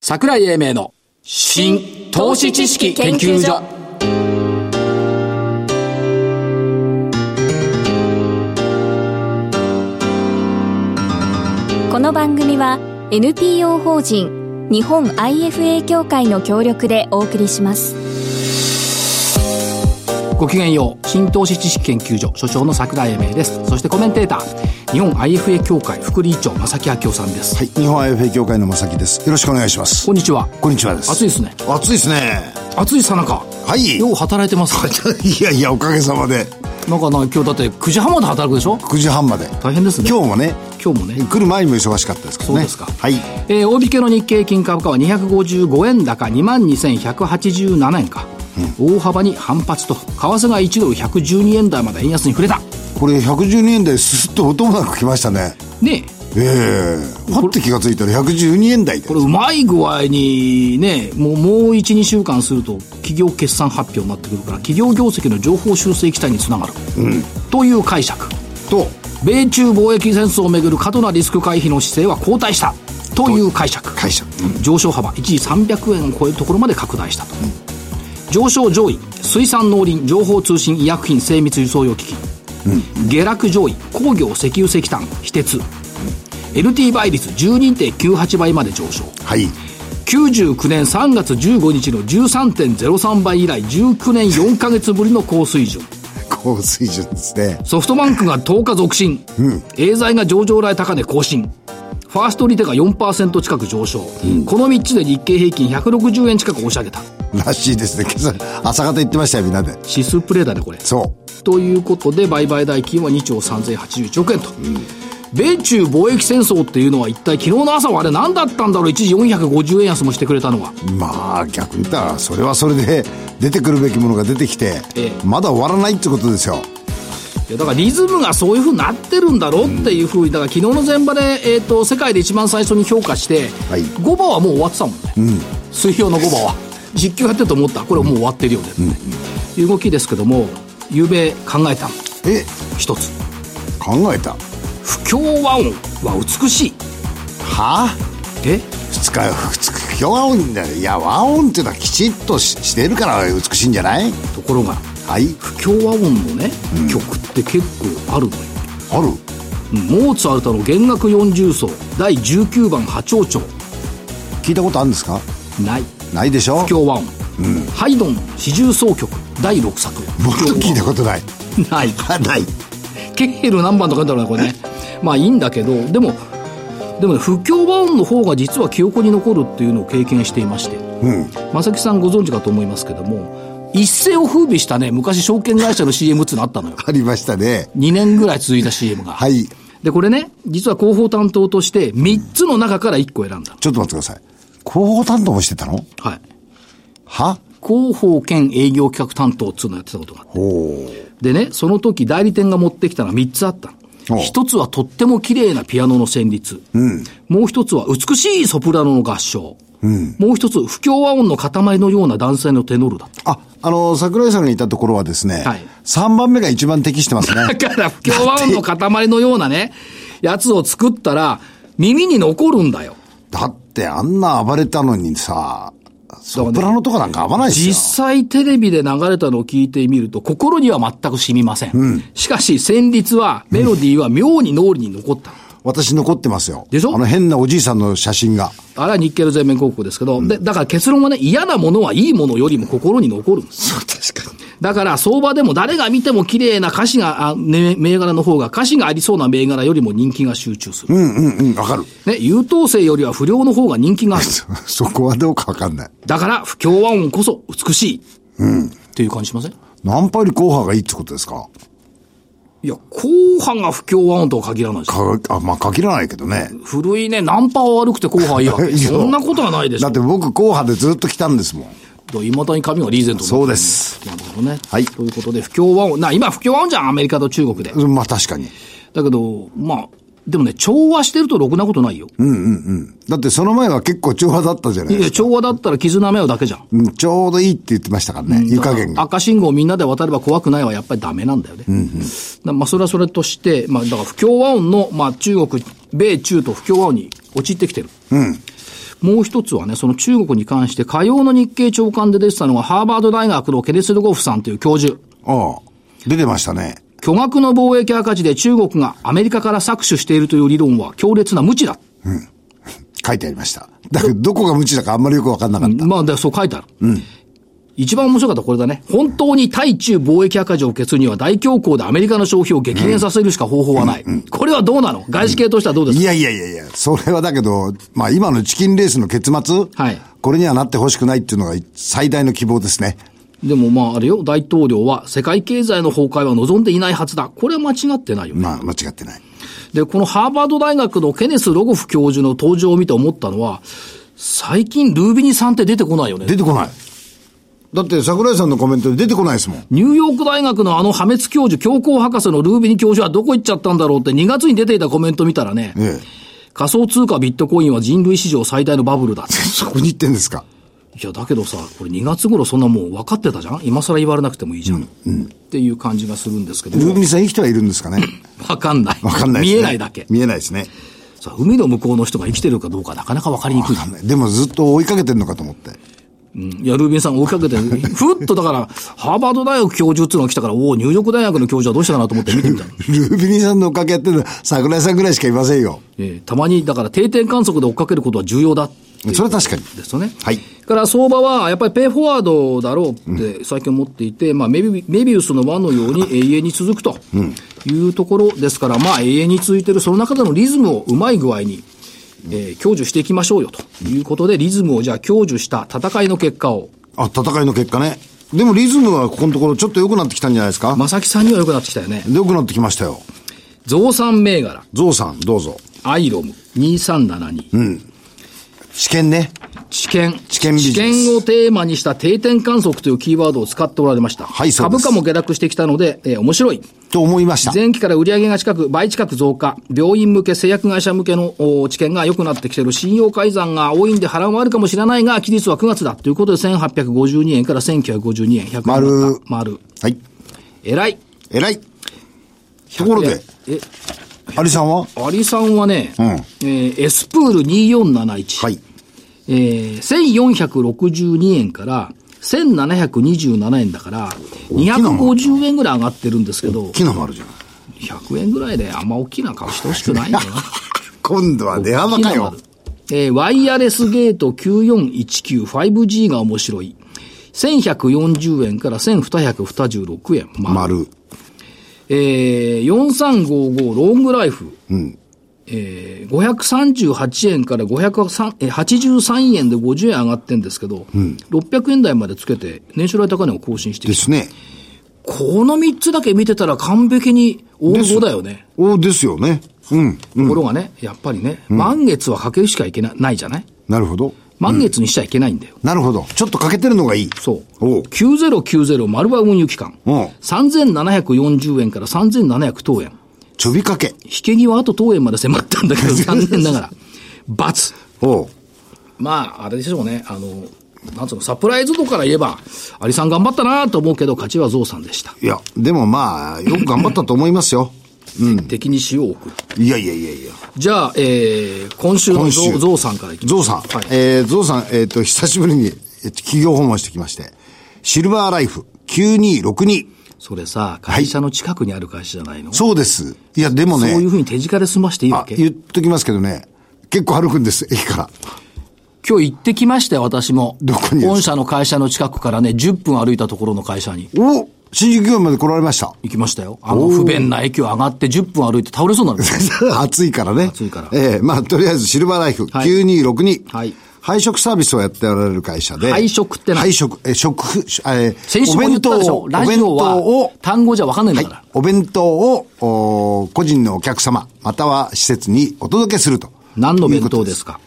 桜井英明の新投資知識研究所この番組は NPO 法人日本 IFA 協会の協力でお送りしますごきげんよう新投資知識研究所所長の桜井英明ですそしてコメンテーター日本 IFA 協会副理事長正木明夫さんです、はい、日本 IFA 協会の正木です。よろしくお願いします。こんにちはこんにちはです。暑いですね暑いですね。暑いさなかはいよう働いてますいやいや、おかげさまで、 なんかな今日だって9時半まで働くでしょ9時半まで。大変ですね今日もね、今日もね来る前にも忙しかったですけどそうね。ですか。はい。えー大引けの日経金株価は255円高22,187円か、大幅に反発と為替が1ドル112円台まで円安に触れたこれ112円台すっと音もなく来ましたね。ねええパッて気がついたら112円台でこ。れうまい具合にねもうもう12週間すると企業決算発表になってくるから企業業績の情報修正期待につながる、という解釈と、米中貿易戦争をめぐる過度なリスク回避の姿勢は後退したという解釈会社。上昇幅一時300円を超えるところまで拡大したと、上昇上位水産農林情報通信医薬品精密輸送用機器、下落上位工業石油石炭非鉄、LT 倍率12.98倍まで上昇はい。 99年3月15日の13.03倍以来19年4ヶ月ぶりの高水準高水準ですね。ソフトバンクが10日続伸、エーザイが上場来高値更新ファーストリテが4%近く上昇、この3つで日経平均160円近く押し上げたらしいですね。今朝、朝方言ってましたよ、みんなで。指数プレーだねこれそう。ということで売買代金は2兆3081億円と、米中貿易戦争っていうのは一体昨日の朝はあれ何だったんだろう一時450円安もしてくれたのはまあ逆に言ったらそれはそれで出てくるべきものが出てきてええまだ終わらないってことですよいやだからリズムがそういうふうになってるんだろうっていうふうにだから昨日の前場で、えー、と世界で一番最初に評価して、はい5番はもう終わってたもんね、水曜の5番は実況やってると思ったこれはもう終わってるよね、っていう動きですけども昨べ考えたのえ一つ考えた「不協和音は美しいはあ」え二日二日和音だよいや和音っていうのはきちっとししてるから美しいんじゃないところがはい不協和音のね、曲って結構あるのよあるうんモーツァルトの弦楽四重奏第19番波長長聞いたことあるんですかないないでしょ不協和音、ハイドン四重奏曲第6作僕聞いたことないないないケッヘル何番とか言ったらねこれねまあいいんだけどでもでもね不協和音の方が実は記憶に残るっていうのを経験していましてうん正木さんご存知かと思いますけども一世を風靡したね昔証券会社の CM っていうのあったのよありましたね2年ぐらい続いた CM が、はいでこれね実は広報担当として3つの中から1個選んだのちょっと待ってください広報担当もしてたのはいは広報兼営業企画担当っつうのやってたことがあっておでね、その時代理店が持ってきたのは3つあったおの。一つはとっても綺麗なピアノの旋律。もう一つは美しいソプラノの合唱。もう一つ、不協和音の塊のような男性のテノールだ っああの桜井さんがいたところはですね、はい3番目が一番適してますねた。だから、不協和音の塊のようなね、やつを作ったら、耳に残るんだよ。だってあんな暴れたのにさ、ソプラノとかなんか合わないですよ。実際テレビで流れたのを聞いてみると、心には全く染みません。しかし、旋律は、メロディーは妙に脳裏に残った。私残ってますよ。でしょあの変なおじいさんの写真が。あれは日経の全面広告ですけど、で、だから結論はね、嫌なものはいいものよりも心に残るんです。そう、確かに。だから相場でも誰が見ても綺麗な歌詞が、あね、銘柄の方が歌詞がありそうな銘柄よりも人気が集中する。うんうんうん、わかる。 ね、優等生よりは不良の方が人気がある。そこはどうかわかんない。だから不協和音こそ美しい。っていう感じしませんナンパより後派がいいってことですかいや、後半が不協和音とは限らないです。か、あ、まあ、限らないけどね。古いね、ナンパは悪くて後半いいわけ。 いやそんなことはないでしだょって。僕後派でずっと来たんですもん。いまだに髪がリーゼントそうです。なるほどね。はいということで、不協和音。な、今不協和音じゃん、アメリカと中国で。うんまあ確かに。だけど、まあ、でもね、調和してるとろくなことないよ。だってその前は結構調和だったじゃないいでや、すか。調和だったら傷舐め合うだけじゃん。うんちょうどいいって言ってましたからね、湯加減が。赤信号みんなで渡れば怖くないはやっぱりダメなんだよね。だまあ、それはそれとして、まあ、だから不協和音の、まあ、中国、米中と不協和音に陥ってきてる。もう一つはね、その中国に関して、火曜の日経長官で出てたのが、ハーバード大学のケネス・ルゴフさんという教授。ああ、出てましたね。巨額の貿易赤字で中国がアメリカから搾取しているという理論は強烈な無知だ。書いてありました。だけど、どこが無知だかあんまりよくわかんなかった。まあ、だからそう書いてある。一番面白かったこれだね。本当に対中貿易赤字を消すには大恐慌でアメリカの消費を激減させるしか方法はない。これはどうなの外資系としてはどうですいか、やいやいやいや、それはだけど、まあ今のチキンレースの結末、はいこれにはなってほしくないっていうのが最大の希望ですね。でもまああれよ、大統領は世界経済の崩壊は望んでいないはずだ。これは間違ってないよね。まあ間違ってない。で、このハーバード大学のケネス・ロゴフ教授の登場を見て思ったのは、最近ルービニさんって出てこないよね。出てこない。だって桜井さんのコメントで出てこないですもん。ニューヨーク大学のあの破滅教授、教皇博士のルービニ教授はどこ行っちゃったんだろうって2月に出ていたコメント見たらね、ええ。仮想通貨ビットコインは人類史上最大のバブルだって。そこに言ってんですか。いや、だけどさ、これ2月頃そんなもう分かってたじゃん今更言われなくてもいいじゃん。っていう感じがするんですけどル、ーミンさん生きてはいるんですかね。わかんない。わかんないです、見ね。えないだけ。見えないですね。さ海の向こうの人が生きてるかどうかなかなか分かりにくいわ。かんない。でもずっと追いかけてんのかと思って。いや、ルービンさん追いかけて、 ふっとだから、ハーバード大学教授っていうのが来たから、おお、ニューヨーク大学の教授はどうしたかなと思って見てみたの。ルービニさんのおかげやってるのは桜井さんぐらいしかいませんよ。えーたまに、だから定点観測で追っかけることは重要だっていうそれは確かに。ですよね。はいから相場は、やっぱりペイフォワードだろうって最近思っていて、まあメビ、メビウスの輪のように永遠に続くというところですから、まあ永遠に続いてるその中でのリズムをうまい具合に、えー享受していきましょうよということで、リズムをじゃあ享受した戦いの結果を、あ、戦いの結果ね。でもリズムはここのところちょっと良くなってきたんじゃないですか。正木さんには良くなってきたよね。良くなってきましたよ。増産銘柄、ゾウさん、どうぞ。アイロム2372、試験ね。知見。知見ビジネスをテーマにした定点観測というキーワードを使っておられました。はいそうで株す価も下落してきたので、えー面白い。と思いました。前期から売上が近く、倍近く増加。病院向け、製薬会社向けのお知見が良くなってきてる。信用改ざんが多いんで波乱はあるかもしれないが、期日は9月だ。ということで、1852円から1952円。100円丸だった丸。はい。偉い。偉い。ところで、え、アリさんはアリさんはね、んえーエスプール2471。はい。えー、1462円から1727円だから、250円ぐらい上がってるんですけど、木の丸じゃない。 100円ぐらいであんま大きな顔してほしくないよな。今度は出幅かよ。えーワイヤレスゲート 9419-5G が面白い。1140円から1226円。まあ、丸。えー、4355ロングライフ。えー、538円から583円で50円上がってんですけど、600円台までつけて、年初来高値を更新してできた。すね。この3つだけ見てたら完璧に王道だよね。おですよね。うん。ところがね、やっぱりね、満月はかけるしかいけなないじゃないなるほど。満月にしちゃいけないんだよ。なるほど。ちょっと欠けてるのがいい。そう。おう9090丸和運輸期間。うん3740円から3700等円。ちょびかけ。引け際あと等円まで迫ったんだけ ど、残念ながら。罰。おうまあ、あれでしょうね。あの、なんつうの、サプライズ度から言えば、アリさん頑張ったなと思うけど、勝ちはゾウさんでした。いや、でもまあ、よく頑張ったと思いますよ。敵に塩を送る。いやいやいやいや。じゃあ、えー、今週の今ゾ週ウゾウさんからいきます。ゾウさん。はい。えー、ゾウさん、えっ、と、久しぶりに、えっと企業訪問してきまして。シルバーライフ9262。それさ、会社の近くにある会社じゃないの、そそうです。いや、でもうね。いうふうに手近で済ましていいわあ、け言っときますけどね。結構歩くんです、駅から。今日行ってきましたよ、私も。どこに本社の会社の近くからね、10分歩いたところの会社にお新宿御苑まで来られま した。行きましたよ。あの、不便な駅を上がって10分歩いて倒れそうに なる。暑いからね。暑いからええまあ、とりあえず、シルバーライフはい9262。はい配食サービスをやっておられる会社で。配食って何配食、え、食、えー、先週も言ったでしょおラ弁ジ当オはを、単語じゃわかんないんはだいから。、お弁当を、お個人のお客様、または施設にお届けすると。何の弁当ですか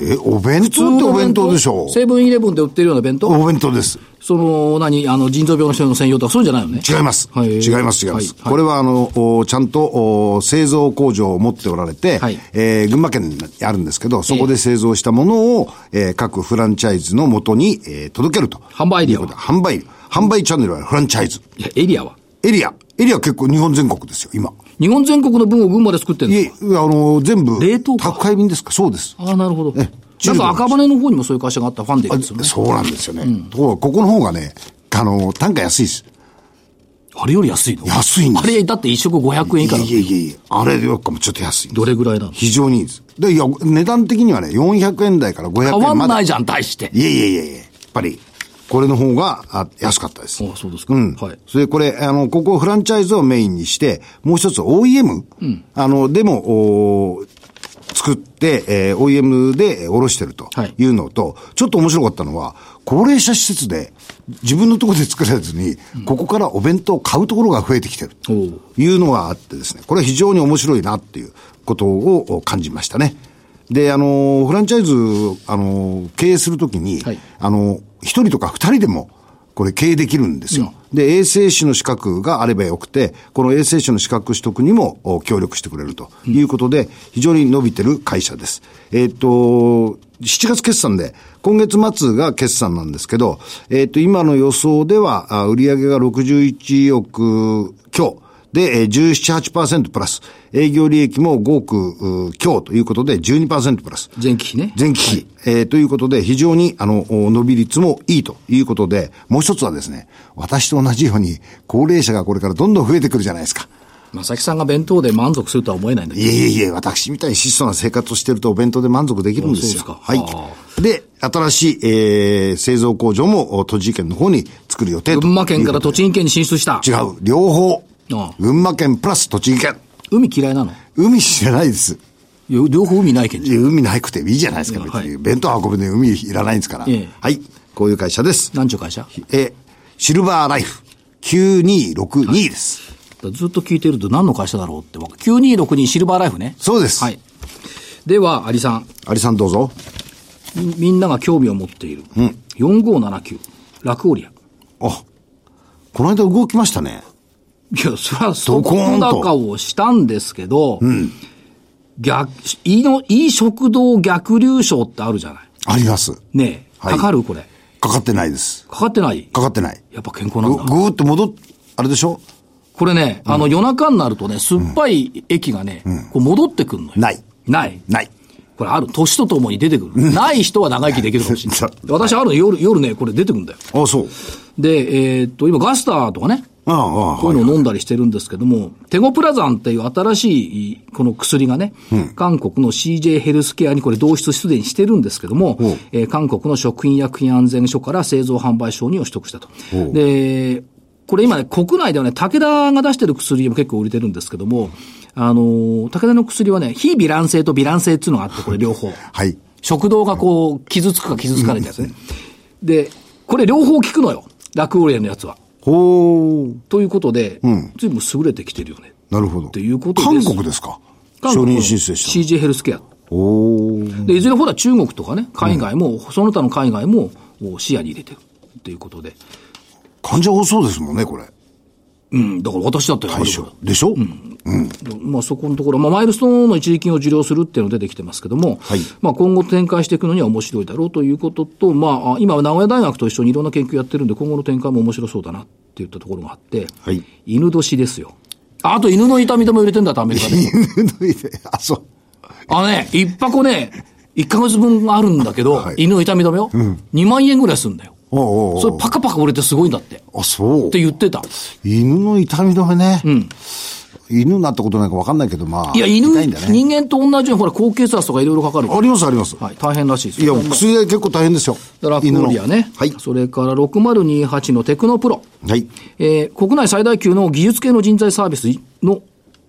え、お弁当ってお弁当でしょセブンイレブンで売ってるような弁当お弁当です。その、何、あの、腎臓病の人の専用とか、そういうんじゃないのね。違います。はい違います、違います。はいこれは、あの、おちゃんと、お製造工場を持っておられて、はいえー群馬県にあるんですけど、そこで製造したものを、えー各フランチャイズの元に、えー届けると。販売エリアというはことで販売、販売チャンネルはフランチャイズ。いや、エリアは。エリア、エリア結構日本全国ですよ、今。日本全国の分を群馬で作ってるんいでえ、あの、全部。冷凍か宅配便ですかそうです。ああ、なるほど。だと赤羽の方にもそういう会社があったファンデルですよね。そうなんですよね。ところがここの方がね、あの、単価安いです。あれより安いの安いんであすれ、だって一食500円以下だいえいえいえ、あれよっかもちょっと安い。どれぐらいなの非常にいいです。で、いや、値段的にはね、400円台から500円変まで。わんないじゃん、大して。いえいえいえいえ、やっぱり、これの方があ安かったです。あそうですかん。はいそれでこれ、あの、ここフランチャイズをメインにして、もう一つ OEM、あの、でも、おー作って、えー OEM でおろしてるとはいいうのと、ちょっと面白かったのは、高齢者施設で自分のところで作らずに、ここからお弁当を買うところが増えてきてるとおういうのがあってですね、これは非常に面白いなっていうことを感じましたね。で、あの、フランチャイズ、あの、経営するときに、はいあの、一人とか二人でも、これ経営できるんですよ。で、衛生士の資格があればよくて、この衛生士の資格取得にもお協力してくれるということで、非常に伸びてる会社です。えっ、と、7月決算で、今月末が決算なんですけど、えっ、と、今の予想では、あ売上が61億強。で、えー17、8%プラス。営業利益も5億うー強ということで12%プラス。前期比ね。前期比、えーということで、非常に、あの、お伸び率もいいということで、もう一つはですね、私と同じように、高齢者がこれからどんどん増えてくるじゃないですか。正木さんが弁当で満足するとは思えないんだけど。いえいえいえ、私みたいに質素な生活をしてるとお弁当で満足できるんですよ。あそうはですかあい。で、新しい、えー製造工場も、お栃木県の方に作る予定ということ群で。馬県から栃木県に進出した。違う。両方ああ。群馬県プラス栃木県。海嫌いなの海知らないです。いや両方海ないけんいじや海なくてもいいじゃないですか、うん別はいに。弁当運ぶのに海いらないんですから。ええはい。こういう会社ですゃん。。なんちゅう会社え、シルバーライフ9262です。ずっと聞いてると何の会社だろうってわかる。9262シルバーライフね。そうです。はい。では、有さん。アリさんどうぞ。みみんなが興味を持っている。4579。ラクオリア。あ、この間動きましたね。いや、それはそドコーこンと高をしたんですけど、逆、いいの、いい食堂逆流症ってあるじゃない。あります。ねえ、はいかかるこれ。かかってないです。かかってないかかってない。やっぱ健康なぐんぐだ。ーっと戻っ、あれでしょこれね、あの夜中になるとね、酸っぱい液がね、こう戻ってくるのよ。ない。ない。ない。これある。年とともに出てくる。ない人は長生きできるかもしれ そなうい。私あるの夜、夜ね、これ出てくるんだよ。あ、そう。で、えーっと、今ガスターとかね、ああ、ああ、こうはいいうのを飲んだりしてるんですけども、テゴプラザンっていう新しいこの薬がね、韓国の CJ ヘルスケアにこれ導出すでにしてるんですけどもおう、えー韓国の食品医薬品安全所から製造販売承認を取得したとお。うで、これ今ね、国内ではね、武田が出してる薬も結構売れてるんですけども、あのー武田の薬はね、非ヴィラン性とヴィラン性っていうのがあって、これ両方。はい。食道がこう、傷つくか傷つかないってやつね。で、これ両方効くのよ。ラクオリアのやつは。ほー。ということで、ずいぶん優れてきてるよね。なるほど。ていうことです韓国ですか承認申請したの。た。CJ ヘルスケア。おー。で、いずれほら中国とかね、海外も、その他の海外もお視野に入れてる。ということで。患者多そうですもんね、これ。うん、だから私だったよ。対象。でしょうん。まあそこのところ、まあマイルストーンの一時金を受領するっていうのが出てきてますけども、はいまあ今後展開していくのには面白いだろうということと、まああ今名古屋大学と一緒にいろんな研究やってるんで、今後の展開も面白そうだなっていったところがあって、はい犬年ですよ。ああと犬の痛み止めを入れてんだとアメリカで。犬のいで、あ、そう。あのね、一箱ね、一ヶ月分あるんだけど、はい犬の痛み止めよ、二2万円ぐらいするんだよ。おうおうおうそれパカパカ折れてすごいんだって。っあ、そう。て言ってた。犬の痛み止めね。犬なったことないか分かんないけど、まあ。いや、犬、痛いんだね。人間と同じように、ほら、高血圧とかいろいろかかる。ありますあります。はい、大変らしいですいやよ。、薬代結構大変ですよ。ラクオリアね犬。のはい。それから6028のテクノプロ。はい。えー国内最大級の技術系の人材サービスの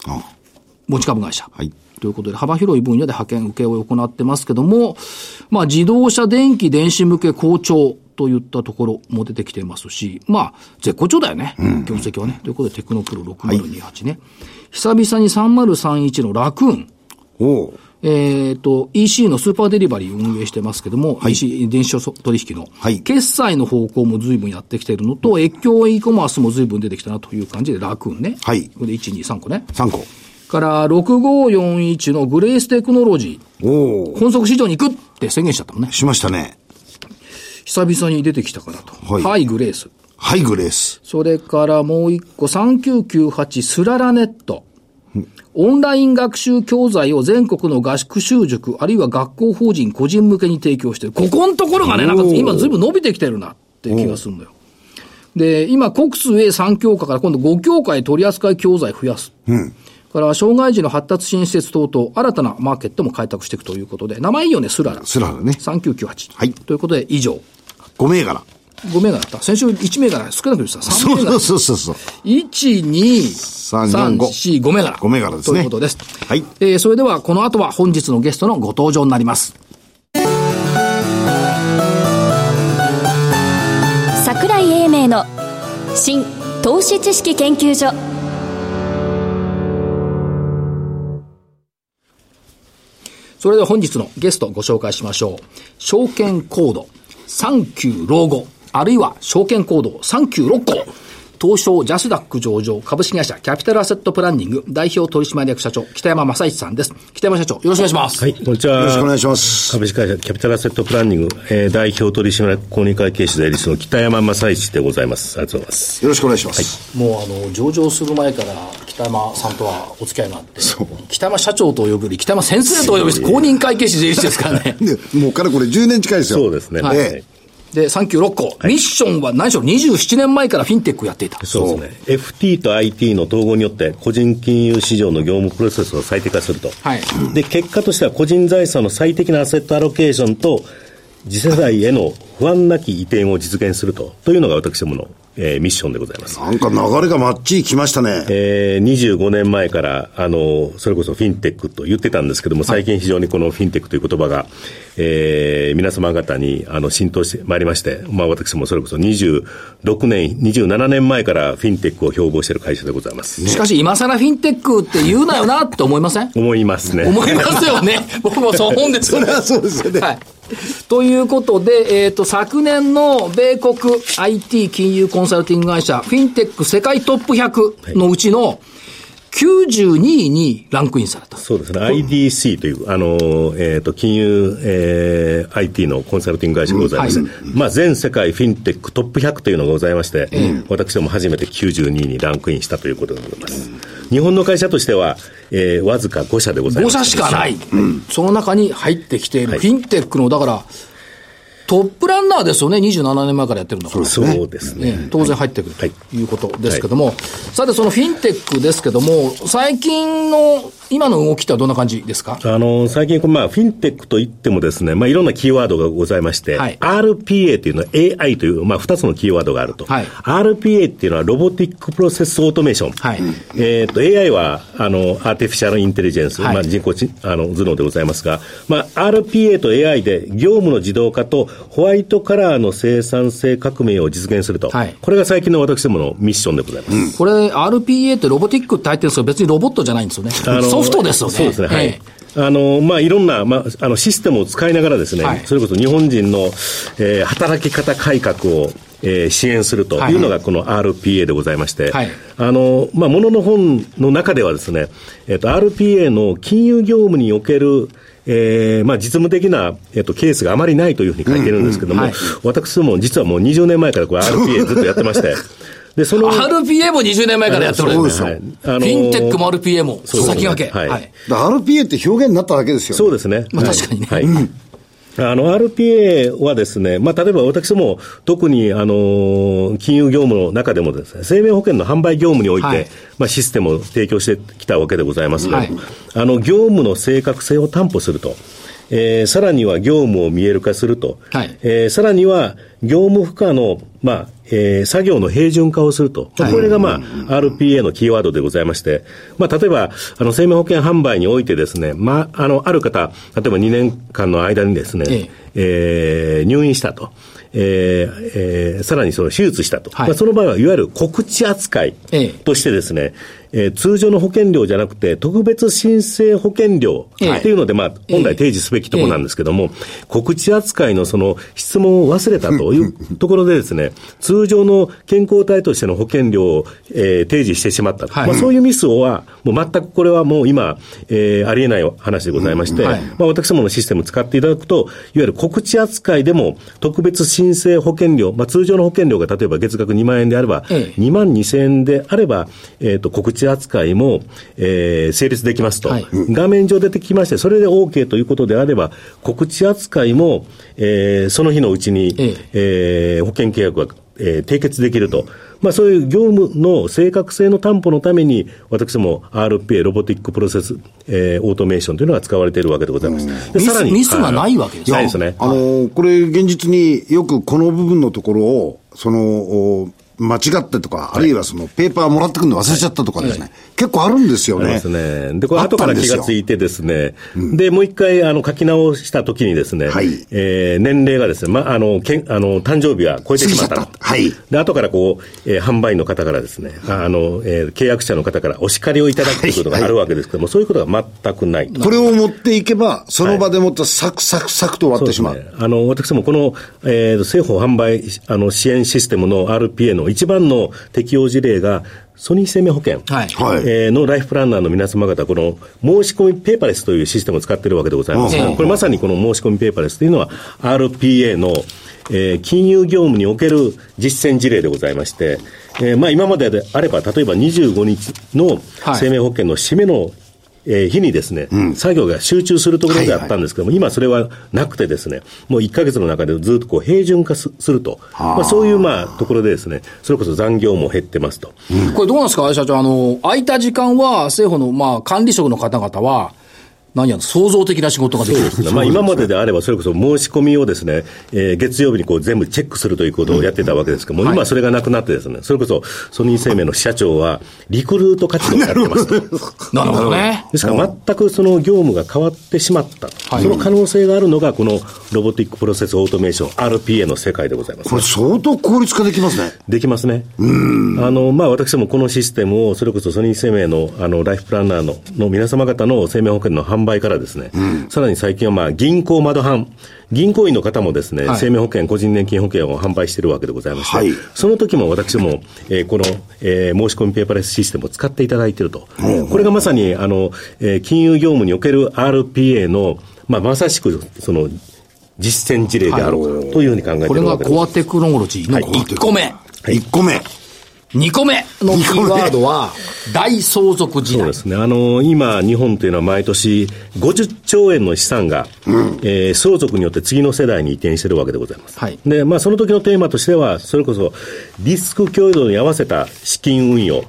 あ持ち株会社。はい。ということで、幅広い分野で派遣受けを行ってますけども、まあ、自動車、電気、電子向け、好調といったところも出てきてますし、まあ、絶好調だよね。業績はね。ということで、テクノプロ6028ね。久々に3031のラクーン。おうえっ、と、EC のスーパーデリバリーを運営してますけども、EC、電子書取引の、はい決済の方向も随分やってきているのと、越境 e コマースも随分出てきたなという感じで、楽運ね。はいこれで1、2、3個ね。 3個。から、6541のグレーステクノロジー、おう本則市場に行くって宣言しちゃったもんね。しましたね。久々に出てきたからと。はいハイグレース。はい、グレース。それからもう1個、3998スララネット。オンライン学習教材を全国の学習塾、あるいは学校法人個人向けに提供してる。ここのところがね、なんかおー今ずいぶん伸びてきてるなって気がするんだよ。で、今、国数 A 3教科から今度5教科へ取り扱い教材増やす。から、障害児の発達支援施設等々、新たなマーケットも開拓していくということで、名前いいよね、スララ。スララね3998。はいということで、以上。 5銘柄。 5銘柄だった。先週1銘柄少なくてさ、3そ銘柄うそうそうそう。 1,2,3,4,5銘柄。 5銘柄ですねということです。はいえーそれではこの後は本日のゲストのご登場になります。桜井英明の新投資知識研究所それでは本日のゲストご紹介しましょう。証券コード39老後、あるいは証券コード396個。東証ジャスダック上場株式会社キャピタルアセットプランニング代表取締役社長北山正一さんです。北山社長、よろしくお願いします。はい、こんにちは。よろしくお願いします株式会社キャピタルアセットプランニング、えー代表取締役公認会計士代理士の北山正一でございます。ありがとうございます。よろしくお願いします。もうあの上場する前から北山さんとはお付き合いがあってそう北山社長と呼ぶより北山先生と呼ぶし公認会計士税理士ですからねで、もうからこれ10年近いですよ。そうですね。はいええで396個、ミッションは何しろ27年前からフィンテックやっていたそうですね。FT と IT の統合によって、個人金融市場の業務プロセスを最適化すると。はいで、結果としては、個人財産の最適なアセットアロケーションと、次世代への不安なき移転を実現すると。というのが私どもの、えーミッションでございます。なんか流れがマッチりきましたね。えー、25年前から、あの、それこそフィンテックと言ってたんですけども、最近非常にこのフィンテックという言葉が、えー、皆様方に、あの、浸透してまいりまして、まあ私もそれこそ26年、27年前からフィンテックを標榜している会社でございます。しかし今更フィンテックって言うなよなって思いません思いますね。思いますよ ね僕もそう思うんですよねそうですよねはい。ということで、えっ、と、昨年の米国 IT 金融コンサルティング会社、フィンテック世界トップ100のうちの92位にランクインされた。そうですね、IDC という、あのえー、と金融、えー IT のコンサルティング会社がございまして、うんまあ、全世界フィンテックトップ100というのがございまして、私ども初めて92位にランクインしたということでございます。日本の会社としては、えーわずか5社でござい5ます。社しかない。その中に入ってきている、はいフィンテックの、だから、トップランナーですよね、27年前からやってるんだから。そうですね。ね、当然入ってくるとはいいうことですけども、さて、そのフィンテックですけども、最近の今の動きってはどんな感じですかあの、最近、まあ、フィンテックといってもですね、まあ、いろんなキーワードがございまして、はい RPA というのは AI という、まあ、二つのキーワードがあると。はい RPA っていうのはロボティックプロセスオートメーション。はいえっ、と、AI は、あの、アーティフィシャルインテリジェンス、はいまあ、人工知あの頭脳でございますが、まあ、RPA と AI で業務の自動化とホワイトカラーの生産性革命を実現すると。はいこれが最近の私どものミッションでございます。これ、RPA ってロボティックって入ってるんですけど、別にロボットじゃないんですよね。あのソフトですよね。そうですね。はい。ええあの、まあ、いろんな、まあ、あの、システムを使いながらですね、はいそれこそ日本人の、えー働き方改革を、えー支援するというのはがこの RPA でございまして、はいあの、まあ、ものの本の中ではですね、えっ、と、RPA の金融業務における、えーまあ、実務的な、えっとケースがあまりないというふうに書いてるんですけども、うんうんはい私ども実はもう20年前からこれ RPA ずっとやってまして、で、その、 RPA も20年前からやってるそんうでですすよね。はいあのフィンテックも RPA も、そうですね先駆け。はいはい。だから RPA って表現になっただけですよ、ね。そうですね。まあはい確かにねはいあの、RPA はですね、まあ、例えば私ども、特に、あの、金融業務の中でもですね、生命保険の販売業務において、はいまあ、システムを提供してきたわけでございますが、はいあの、業務の正確性を担保すると。えーさらには業務を見える化すると。はいえーさらには、業務負荷の、まあ、えー作業の平準化をすると。まあこれが、まあ、RPA のキーワードでございまして、まあ、例えば、あの、生命保険販売においてですね、まあ、あの、ある方、例えば2年間の間にですね、ええー入院したと。えーえーさらにその手術したと、はいまあ、その場合はいわゆる告知扱いええとしてですね、えー通常の保険料じゃなくて、特別申請保険料ええっていうので、まあ、本え来え提示すべきところなんですけども、告知扱いのその質問を忘れたとという ところでですね、通常の健康体としての保険料を、えー提示してしまったと。はいまあ、そういうミスをは、もう全くこれはもう今、えーありえない話でございまして、はいまあ、私どものシステムを使っていただくと、いわゆる告知扱いでも、特別申請保険料、まあ、通常の保険料が例えば月額2万円であれば、ええ2万2000円であれば、えー、と告知扱いも、えー成立できますと、はい画面上出てきまして、それで OK ということであれば、告知扱いも、えーその日のうちに、ええー保険契約が、えー締結できると。まあそういう業務の正確性の担保のために、私ども RPA、ロボティックプロセス、えーオートメーションというのが使われているわけでございます。でミスミスがないわけですねないですね。あのーこれ、現実によくこの部分のところを、その、お間違ったとか、あるいはその、ペーパーもらってくるの忘れちゃったとかですね、結構あるんですよありねま。すね。で、これあっ後たかんらで気すよがついてですね、で、もう一回、あの、書き直した時にですね、はいえー年齢がですね、ま、あの、けんあの、誕生日は超えてしまった過ぎちゃったはいで、後からこう、えー販売員の方からですね、ああの、えー契約者の方からお叱りをいただくということがあるわけですけども、そういうことが全くないと。これを持っていけば、その場でもっとサクサクサクと終わってしまう。そうですねあの、私どもこの、えー政府販売、あの、支援システムの RPA の一番の適用事例が、ソニー生命保険。はいはいえーのライフプランナーの皆様方、この申し込みペーパーレスというシステムを使っているわけでございます。うんこれまさにこの申し込みペーパーレスというのは RPA の、えー金融業務における実践事例でございまして、えーまあ今までであれば、例えば25日のはい生命保険の締めのえー日にですね、作業が集中するところであったんですけども、今それはなくてですね、もう1ヶ月の中でずっとこう平準化すすると、まあ、そういうまあところでですね、それこそ残業も減ってますと。これどうなんですか、社長、あの、空いた時間は、政府の、まあ、管理職の方々は、何やの、創造的な仕事ができる。まあ、今までであれば、それこそ申し込みをですね、えー月曜日にこう全部チェックするということをやってたわけですけども、今それがなくなってですね、それこそソニー生命の支社長は、リクルート活動をやってますと。 なるほどね。ですから全くその業務が変わってしまった、はいその可能性があるのが、このロボティックプロセスオートメーション、RPA の世界でございますこ。れ相当効率化できますね。できますね。あの、まあ、私どもこのシステムを、それこそソニー生命の、あの、ライフプランナーの、の皆様方の生命保険の販売からですね、さらに最近は、まあ、銀行窓販、銀行員の方もですね、はい生命保険、個人年金保険を販売しているわけでございまして、はいその時も私ども、えーこの、えー申し込みペーパーレスシステムを使っていただいていると。これがまさに、あの、えー金融業務における RPA の、まあ、まさしく、その、実践事例であろうというふうに考えていこれるわがけでございます。コアテクノロジーのはい1個目。 1個目。 2個目のキーワードは、大相続時そう代で。すね。あの、今、日本というのは毎年50兆円の資産が、えー相続によって次の世代に移転してるわけでございます。はいで、まあ、その時のテーマとしては、それこそ、リスク強度に合わせた資金運用。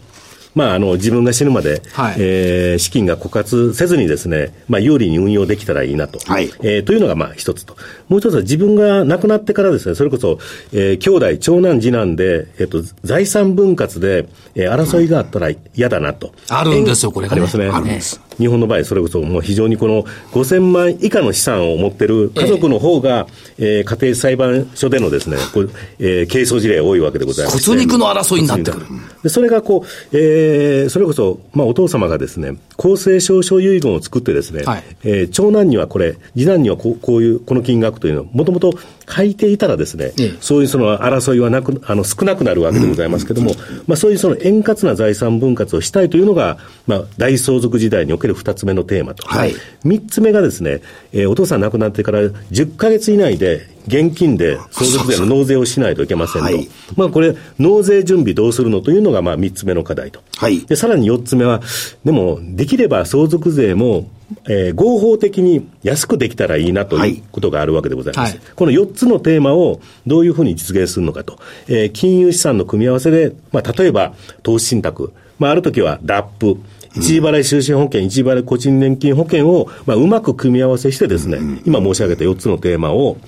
まあ、あの、自分が死ぬまで、はいえー資金が枯渇せずにですね、まあ、有利に運用できたらいいなと。はいえーというのがまあ一つと。もう一つは自分が亡くなってからですね、それこそ、えー兄弟、長男、次男で、えっ、と、財産分割で、えー争いがあったら嫌だなと。あるんですよ、これが、ありますね。あるんねです。日本の場合、それこそもう非常にこの5000万以下の資産を持ってる家族の方が、えー家庭裁判所でのですね、こうえー、係争事例多いわけでございます。骨肉の争いになってくる。でそれがこう、えーそれこそ、まあ、お父様がですね、公正証書遺言を作ってですね、はいえー長男にはこれ、次男にはこうこういう、この金額というのを、もともと書いていたらですね、ええそういうその争いはなく、あの、少なくなるわけでございますけども、まあ、そういうその円滑な財産分割をしたいというのが、まあ、大相続時代における二つ目のテーマと。はい三つ目がですね、えーお父さん亡くなってから10ヶ月以内で、現金で相続税の納税をしないといけませんと。はいまあこれ、納税準備どうするのというのが、まあ3つ目の課題と。はいで、さらに4つ目は、でも、できれば相続税も、えー合法的に安くできたらいいなとはいういことがあるわけでございます。はいこの4つのテーマをどういうふうに実現するのかと。えー金融資産の組み合わせで、まあ、例えば、投資信託。まあ、ある時は DAP。一時払い終身保険、一時払い個人年金保険を、まあ、うまく組み合わせしてですね、今申し上げた4つのテーマを、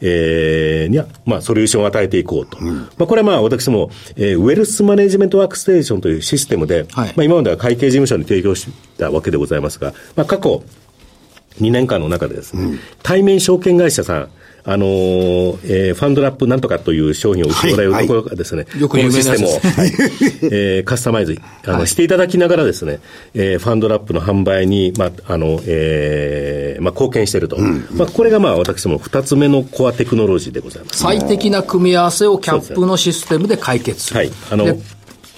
えー、にゃ、まあ、ソリューションを与えていこうと。まあ、これはまあ、私ども、えーウェルスマネジメントワークステーションというシステムで、はいまあ、今までは会計事務所に提供してたわけでございますが、まあ、過去、 2年間の中でですね、対面証券会社さん、あのーえーファンドラップなんとかという商品を売ってもらえるはいところがですね、よく有名なやつですねこのシステムを、はいえーカスタマイズあの、していただきながらですね、えーファンドラップの販売に、まああのえーまあ、貢献していると、まあ、これがまあ私も2つ目のコアテクノロジーでございます。最適な組み合わせをキャップのシステムで解決する。はいあので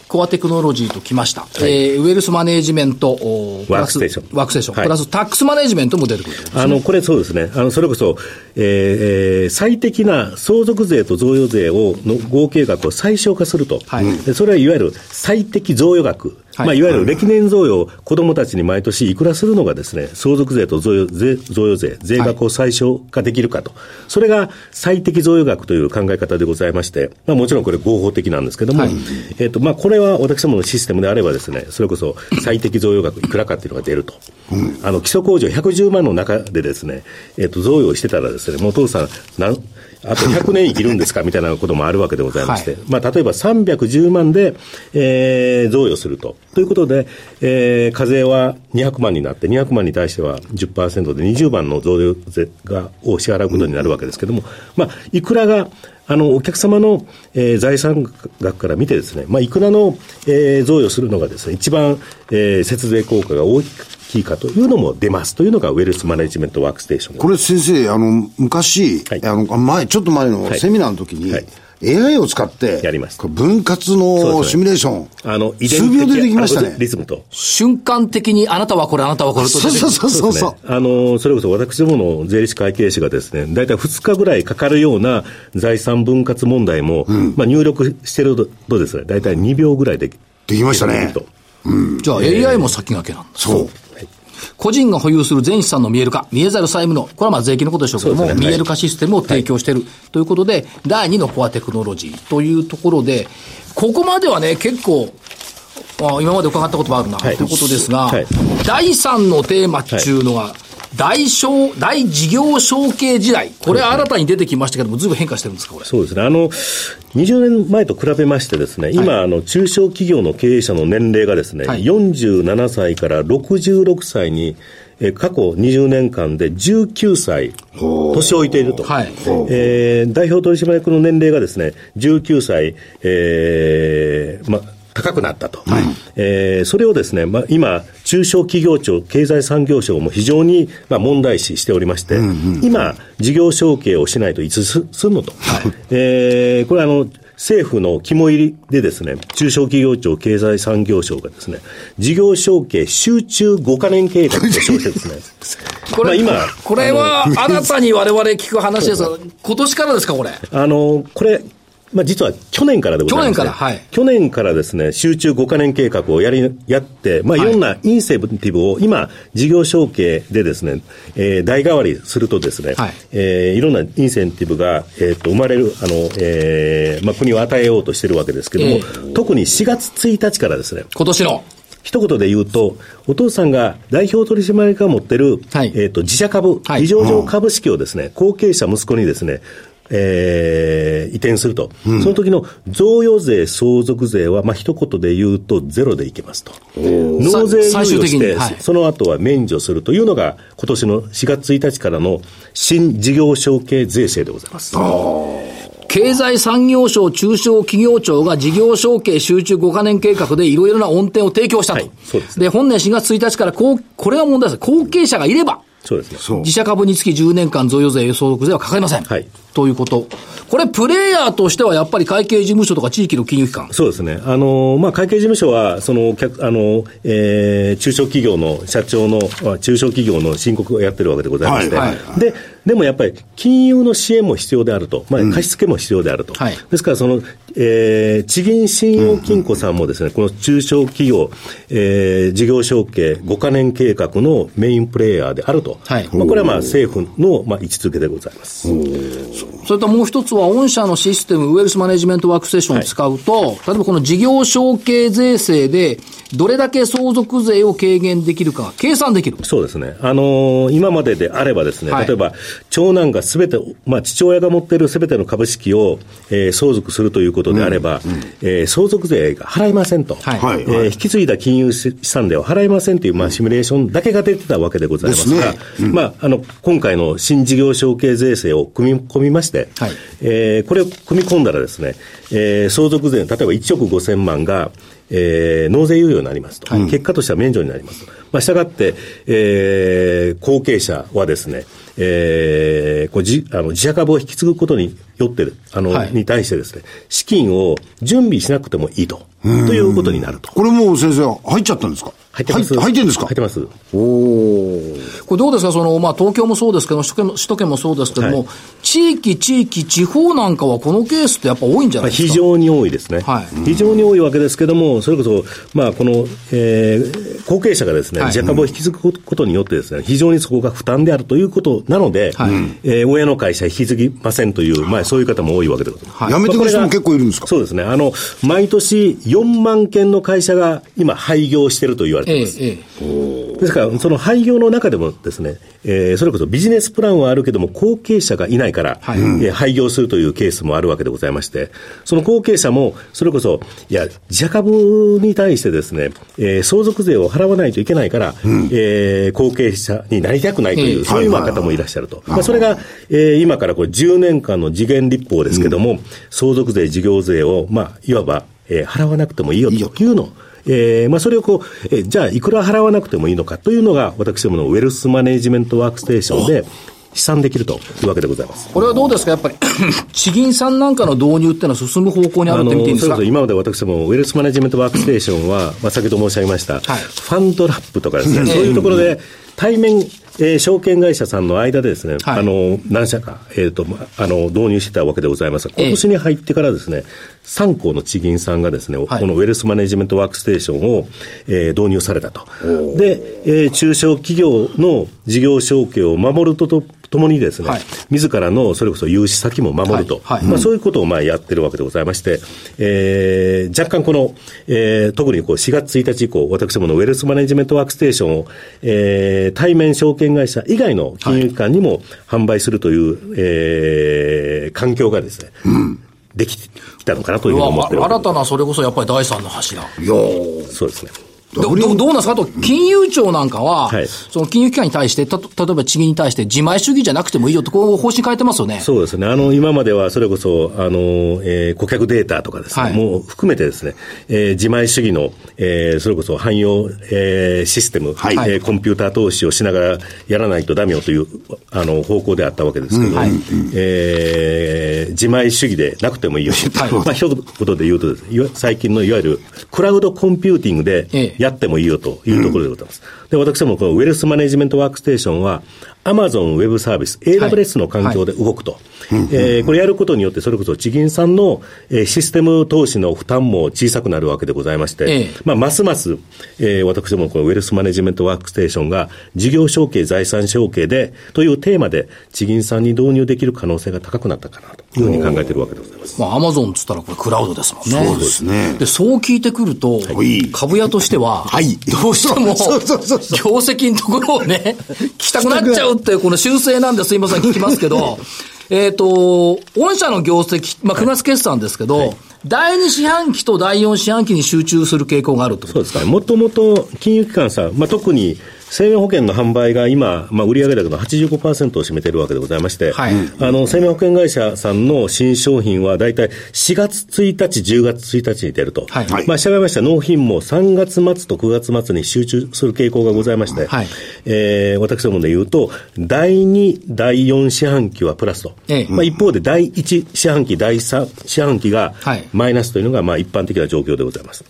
コアテクノロジーときました。えーウェルスマネージメント、おプラスワークステーションワークステーション。はいプラスタックスマネージメントも出てくると。あの、これそうですね。あの、それこそ、えーえー最適な相続税と贈与税を、の合計額を最小化すると。はいでそれはいわゆる最適贈与額。はいい、まあ、いわゆる歴年贈与を子供たちに毎年いくらするのがですね、相続税と贈与税、贈与税、税額を最小化できるかと。それが最適贈与額という考え方でございまして、まあ、もちろんこれ合法的なんですけども、はいえっ、と、まあ、これは私どものシステムであればですね、それこそ最適贈与額いくらかっていうのが出ると。あの、基礎控除110万の中でですね、えっ、と、贈与をしてたらですね、もう父さん、なん、あと100年生きるんですかみたいなこともあるわけでございまして、はいまあ、例えば310万で、えー、贈与すると。ということで、えー課税は200万になって、200万に対しては10%で20万の贈与税が、を支払うことになるわけですけども、まあ、いくらが、あの、お客様の、えー財産額から見てですね、まあ、いくらの、えー贈与するのがですね、一番、えー節税効果が大きいかというのも出ますというのが、ウェルスマネジメントワークステーションこれ先生、あの、昔、はいあの、前、ちょっと前のはいセミナーの時に、はい AI を使って、やりましたこれ分割そうのですねシミュレーション、あの、遺数伝的秒でできましたね。リズムと。瞬間的にあなたはこれ、あなたはこれと出そうてくる。そうそうそうそう。あの、それこそ私どもの税理士会計士がですね、大体2日ぐらいかかるような財産分割問題も、まあ入力してるとですね、大体2秒ぐらいで。でできましたねきるとじゃあ AI も先駆けなんだ。そう。個人が保有する全資産の見える化、見えざる債務の、これはまあ税金のことでしょうけども、そうですね見はいえる化システムを提供している、ということで、第2のコアテクノロジーというところで、ここまではね、結構、あ今まで伺ったこともあるな、はいということですが、はい第3のテーマっていうのが、大小、大事業承継時代。これ新たに出てきましたけども、ずいぶん変化してるんですか、これ。そうですね。あの、20年前と比べましてですね、今、あの、中小企業の経営者の年齢がですね、はい47歳から66歳に、えー過去20年間で19歳、年老いていると。はいえー代表取締役の年齢がですね、19歳、えーま、高くなったと。えーそれをですね、ま、今、中小企業庁、経済産業省も非常に、ま、問題視しておりまして、今、事業承継をしないといつすすんのと。えーこれあの、政府の肝入りでですね、中小企業庁経済産業省がですね、事業承継集中5カ年計画と称してですね、これ、まあ今これは新たに我々聞く話ですが、今年からですか、これ。 あの、これ、まあ、実は去年からでござい去年ます、ね。からはい去年からですね、集中5カ年計画をやり、やって、まあ、いはいろんなインセンティブを今、事業承継でですね、えー代替わりするとですね、はいえーいろんなインセンティブが、えーと、生まれる、あの、えーまあ、国を与えようとしてるわけですけども、え特に4月1日からですね、今年の。一言で言うと、お父さんが代表取締役が持ってる、はいえっ、と、自社株、はい非常上場株式をですね、後継者息子にですね、えー移転すると。その時の贈与税、相続税は、まあ、一言で言うとゼロでいけますと。納税さ最猶終予的しにて、はいその後は免除するというのが、今年の4月1日からの新事業承継税制でございます。経済産業省中小企業庁が事業承継集中5カ年計画でいろいろな恩典を提供したと。はいそうです本年4月1日からこう、これが問題です。後継者がいれば、そうですね。そう自。社株につき10年間贈与税、相続税はかかりません。はいということ。これ、プレイヤーとしてはやっぱり会計事務所とか地域の金融機関。そうですね。あの、まあ、会計事務所は、その、客、あの、えー中小企業の社長の、あ中小企業の申告をやってるわけでございまして、はいはいはで、でもやっぱり、金融の支援も必要であると。まあ、貸付も必要であると。はいですから、その、えー地銀信用金庫さんもですね、この中小企業、えー事業承継5カ年計画のメインプレイヤーであると。はいまあ、これはまあ、政府の、まあ、位置づけでございます。それともう一つは、御社のシステム、ウェルスマネジメントワークステーションを使うと、例えばこの事業承継税制で、どれだけ相続税を軽減できるか、計算できる。そうですね。あのー今までであればですね、はい例えば、長男がすべて、まあ、父親が持っているすべての株式を、えー相続するということであれば、えー相続税が払いませんと、はいはいえー引き継いだ金融資産では払いませんという、まあ、シミュレーションだけが出てたわけでございますが、ですねうんまあ、あの今回の新事業承継税制を組み込みまして、はいえーこれを組み込んだらですね、えー相続税、例えば1億5000万が、えー納税猶予になりますと、結果としては免除になりますと。まあ、したがって、えー後継者はですね、えーこうじあの自社株を引き継ぐことによってる、あの、はいに対してですね、資金を準備しなくてもいいと、ということになると。これもう先生、入っちゃったんですか入ってます。入ってんですか入ってます。おお。これどうですか、そのまあ、東京もそうですけども、首都圏も首都圏もそうですけども、はい地域、地域、地方なんかはこのケースってやっぱ多いんじゃないですか。非常に多いですね、はい非常に多いわけですけども、それこそ、まあ、この、えー後継者がですね、はい自社株を引き継ぐことによってですね、非常にそこが負担であるということなので、はいえー親の会社引き継ぎませんという、まあ、そういう方も多いわけでございます。はいやめてく人も結構いるんですかそうですね。あの、毎年4万件の会社が今廃業してると言われてえいえます。ええですから、その廃業の中でもですね、えーそれこそビジネスプランはあるけども、後継者がいないから、はいえー廃業するというケースもあるわけでございまして、その後継者も、それこそ、いや、自社株に対してですね、えー相続税を払わないといけないから、えー後継者になりたくないという、ええそういうまあ方もいらっしゃると。まあ、それが、えー今からこう10年間の次元立法ですけども、相続税、事業税を、まあ、いわば、えー払わなくてもいいよというのを、えーまあ、それをこう、えーじゃあ、いくら払わなくてもいいのかというのが、私どものウェルスマネジメントワークステーションで、試算できるというわけでございます。これはどうですか、やっぱ り地銀さんなんかの導入っていうのは進む方向にあるって見ていいんですかそれこそ今まで私どもウェルスマネジメントワークステーションは、まあ、先ほど申し上げました、はいファンドラップとかですね、そういうところで、対面、えー証券会社さんの間でですね、はいあの、何社か、えっ、と、まあの、導入してたわけでございますが、ええ今年に入ってからですね、3校の地銀さんがですね、はいこのウェルスマネジメントワークステーションを、えー導入されたと。で、えー中小企業の事業承継を守るととともにですね、はい自らのそれこそ融資先も守ると、はいはいまあ、そういうことをまあやってるわけでございまして、えー若干この、えー特にこう4月1日以降、私どものウェルスマネジメントワークステーションを、えー対面証券会社以外の金融機関にも販売するという、えー環境がですね、できたのかなというふうにう思わってるわけ新でたなそれこそやっぱり第三の柱。いやーそうですね。どどどうなんですかあと、金融庁なんかは、はいその金融機関に対して、た例えば地銀に対して、自前主義じゃなくてもいいよと、こう方針変えてますよね。そうですね。あの、今まではそれこそ、あの、えー顧客データとかですね、はいもう含めてですね、えー自前主義の、えーそれこそ汎用、えーシステム、はいえーコンピューター投資をしながらやらないとダメよという、あの、方向であったわけですけど、はいえー自前主義でなくてもいいよと、はいまあ、一言で言うとですねいわ、最近のいわゆるクラウドコンピューティングええでやってもいいよというところでございます。で、私どもこのウェルスマネジメントワークステーションは、アマゾンウェブサービス、AWS の環境で動くと。えーこれやることによって、それこそ地銀さんの、えーシステム投資の負担も小さくなるわけでございまして、ええまあ、ますます、えー私どもこのウェルスマネジメントワークステーションが、事業承継、財産承継で、というテーマで、地銀さんに導入できる可能性が高くなったかなというふうに考えているわけでございます。まあ、アマゾンっつったらこれクラウドですもんね。そうですねで、そう聞いてくると、い株屋としては、はいどうしても、そうそうそうそ業績のところを ね、来たくなっちゃうっていう、この修正なんですいません、聞きますけ ど、えっと、御社の業績、まあ、9月決算ですけど、第2四半期と第4四半期に集中する傾向があるってことそうですか。もともと金融機関さん、まあ、特に生命保険の販売が今、まあ、売上高の85%を占めているわけでございまして、はいあの、生命保険会社さんの新商品は大体4月1日、10月1日に出ると。はいまあ、調べました納品も3月末と9月末に集中する傾向がございまして、はいえー私どもで言うと、第2、第4四半期はプラスと。ええまあ、一方で第1四半期、第3四半期がはいマイナスというのが、まあ、一般的な状況でございます。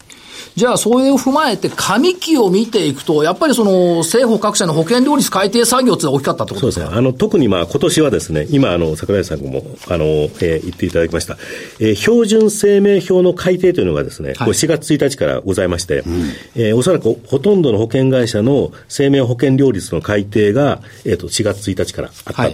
じゃあ、それを踏まえて、上期を見ていくと、やっぱりその、政府各社の保険料率改定作業っていうのは大きかったってことそうでですすかね。あの、特にまあ、今年はですね、今、あの、桜井さんも、あの、えー言っていただきました、えー標準生命表の改定というのがですね、こう4月1日からございまして、えーおそらくほとんどの保険会社の生命保険料率の改定が、えっ、と、4月1日からあったと。はい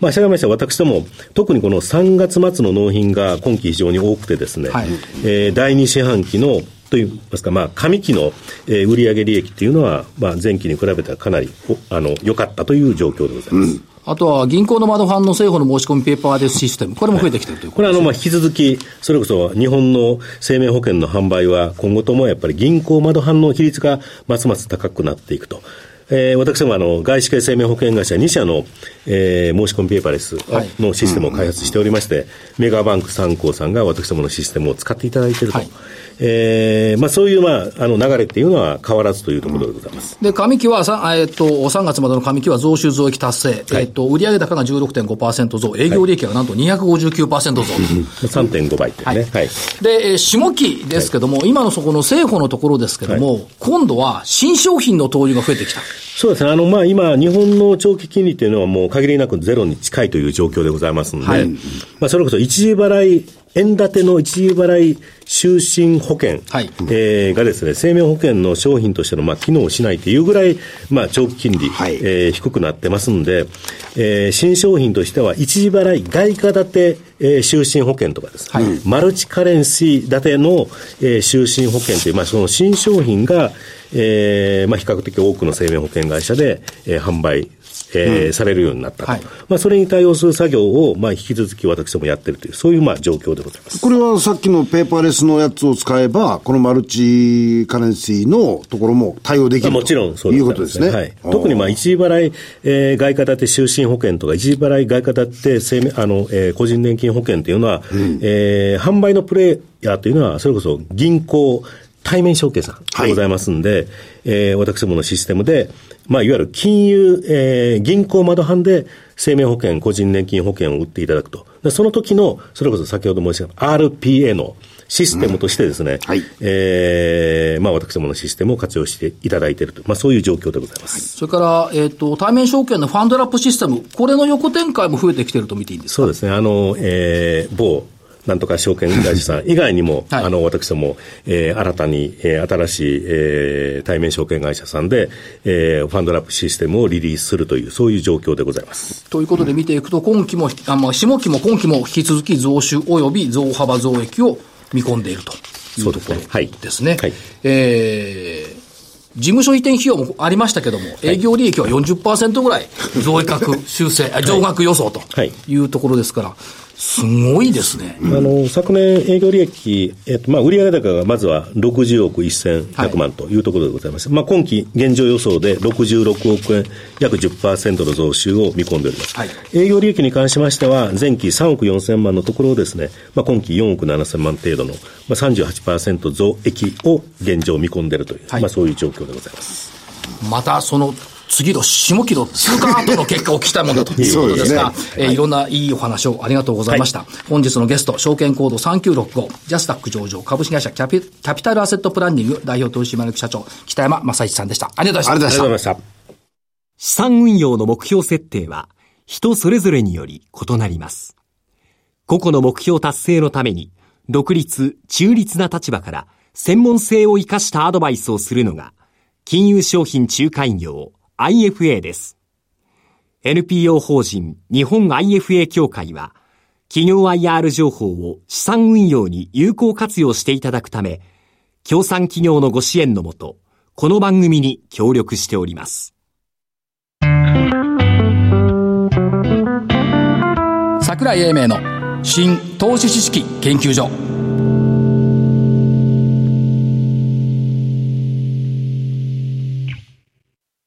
まあ、従いまして私ども、特にこの3月末の納品が今期非常に多くてですね、はいえー第2四半期のといいますか、まあ、上期の、えー売上利益っていうのは、まあ、前期に比べたらかなりおあの良かったという状況でございます。あとは銀行の窓ファンの政府の申し込みペーパーレスシステム、これも増えてきてるということこれはあのまあ引き続き、それこそ日本の生命保険の販売は、今後ともやっぱり銀行窓反応比率がますます高くなっていくと。えー私どもはあの外資系生命保険会社2社の、えー申し込みペーパーレスのシステムを開発しておりまして、メガバンク三幸さんが私どものシステムを使っていただいていると、はいえーまあ、そういう、まあ、あの流れっていうのは変わらずというところでございます。で、上期はさ、えっと、3月までの上期は増収増益達成。はえいっと、売上高が16.5%増、営業利益がなんと259%増と。 3.5倍っていうね。はいはいで、えー下期ですけども、今のそこの政府のところですけども、今度は新商品の投入が増えてきた。そうですね。あの、まあ、今、日本の長期金利というのはもう限りなくゼロに近いという状況でございますので、はいまあ、それこそ一時払い、円建ての一時払い就寝保険、はいえーがですね、生命保険の商品としての、まあ、機能しないというぐらい、まあ、長期金利、はいえー低くなってますんで、えー新商品としては、一時払い外貨建て、えー就寝保険とかですね、はいマルチカレンシー建ての、えー就寝保険という、まあ、その新商品が、えーまあ、比較的多くの生命保険会社で、えー販売、えーされるようになったと、はいまあ、それに対応する作業を、まあ、引き続き私どもやってるという、そういう、まあ、状況でございます。これはさっきのペーパーレスのやつを使えば、このマルチカレンシーのところも対応できまあるもちろんとそうでいすうことですね。はい、あー特にまあ一時払い、えー外貨建て就寝保険とか、一時払い外貨建て生命あの、えー個人年金保険というのは、えー販売のプレイヤーというのは、それこそ銀行、対面証券さんはいでございますんで、えー私どものシステムで、まあ、いわゆる金融、えー銀行窓版で生命保険、個人年金保険を売っていただくと。でその時の、それこそ先ほど申し上げた RPA のシステムとしてですね、はいえーまあ、私どものシステムを活用していただいていると、まあ、そういう状況でございます。それから、えっと、対面証券のファンドラップシステム、これの横展開も増えてきてると見ていいんですかそうですね、あの、えー某なんとか証券会社さ ん以外にも、はいあの、私ども、えー新たに、えー新しい、えー対面証券会社さんで、えーファンドラップシステムをリリースするという、そういう状況でございます。ということで見ていくと、今期も、あまあ、下期も今期も引き続き増収及び増幅増益を見込んでいるというところそうですねはいですね。はいえー事務所移転費用もありましたけども、営業利益は40%ぐらい増額修正、あ増額予想とはいいうところですから、すごいですね。あの昨年、営業利益、えっとまあ、売上高がまずは60億1100万というところでございます、まあ、今期、現状予想で66億円、約10%の増収を見込んでおります、はい営業利益に関しましては、前期3億4000万のところをです、ねまあ、今期4億7000万程度の、まあ、38%増益を現状見込んでいるという、はいまあ、そういう状況でございます。またその次の下期の通過後の結果を聞きたいもんだというそこうとでですすねが、えーいろんないいお話をありがとうございました。本日のゲスト、証券コード3965、ジャスタック上場株式会社キャピキャピタルアセットプランニング代表取締役社長、北山正一さんでした。ありがとうございました。ありがとうございましたありがとうございました。資産運用の目標設定は人それぞれにより異なります。個々の目標達成のために独立、中立な立場から専門性を生かしたアドバイスをするのが金融商品仲介業 IFA です。NPO 法人日本 IFA 協会は企業 IR 情報を資産運用に有効活用していただくため、協賛企業のご支援のもと、この番組に協力しております。桜井英明の新投資知識研究所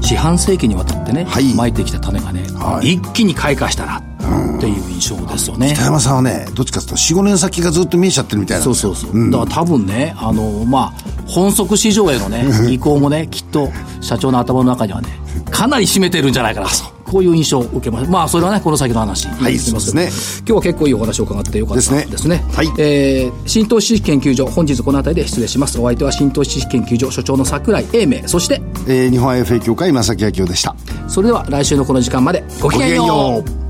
四半世紀にわたってね、はい撒いてきた種がね、はい一気に開花したなっていう印象ですよね。北山さんはね、どっちかというと4、5年先がずっと見えちゃってるみたいな。そうそうそう、だから多分ねあのまあ本則市場へのね移行もねきっと社長の頭の中にはねかなり占めてるんじゃないかなとこういう印象を受けますまあそれはねこの先の話はいにきますけど、そうで今日は結構いいお話を伺ってよかったですねですねはいえー新投資知識研究所本日この辺りで失礼しますお相手は新投資知識研究所所長の櫻井英明そしてえー日本 IFA 協会、正木明夫でした。それでは来週のこの時間までごきごきげげんんよようう。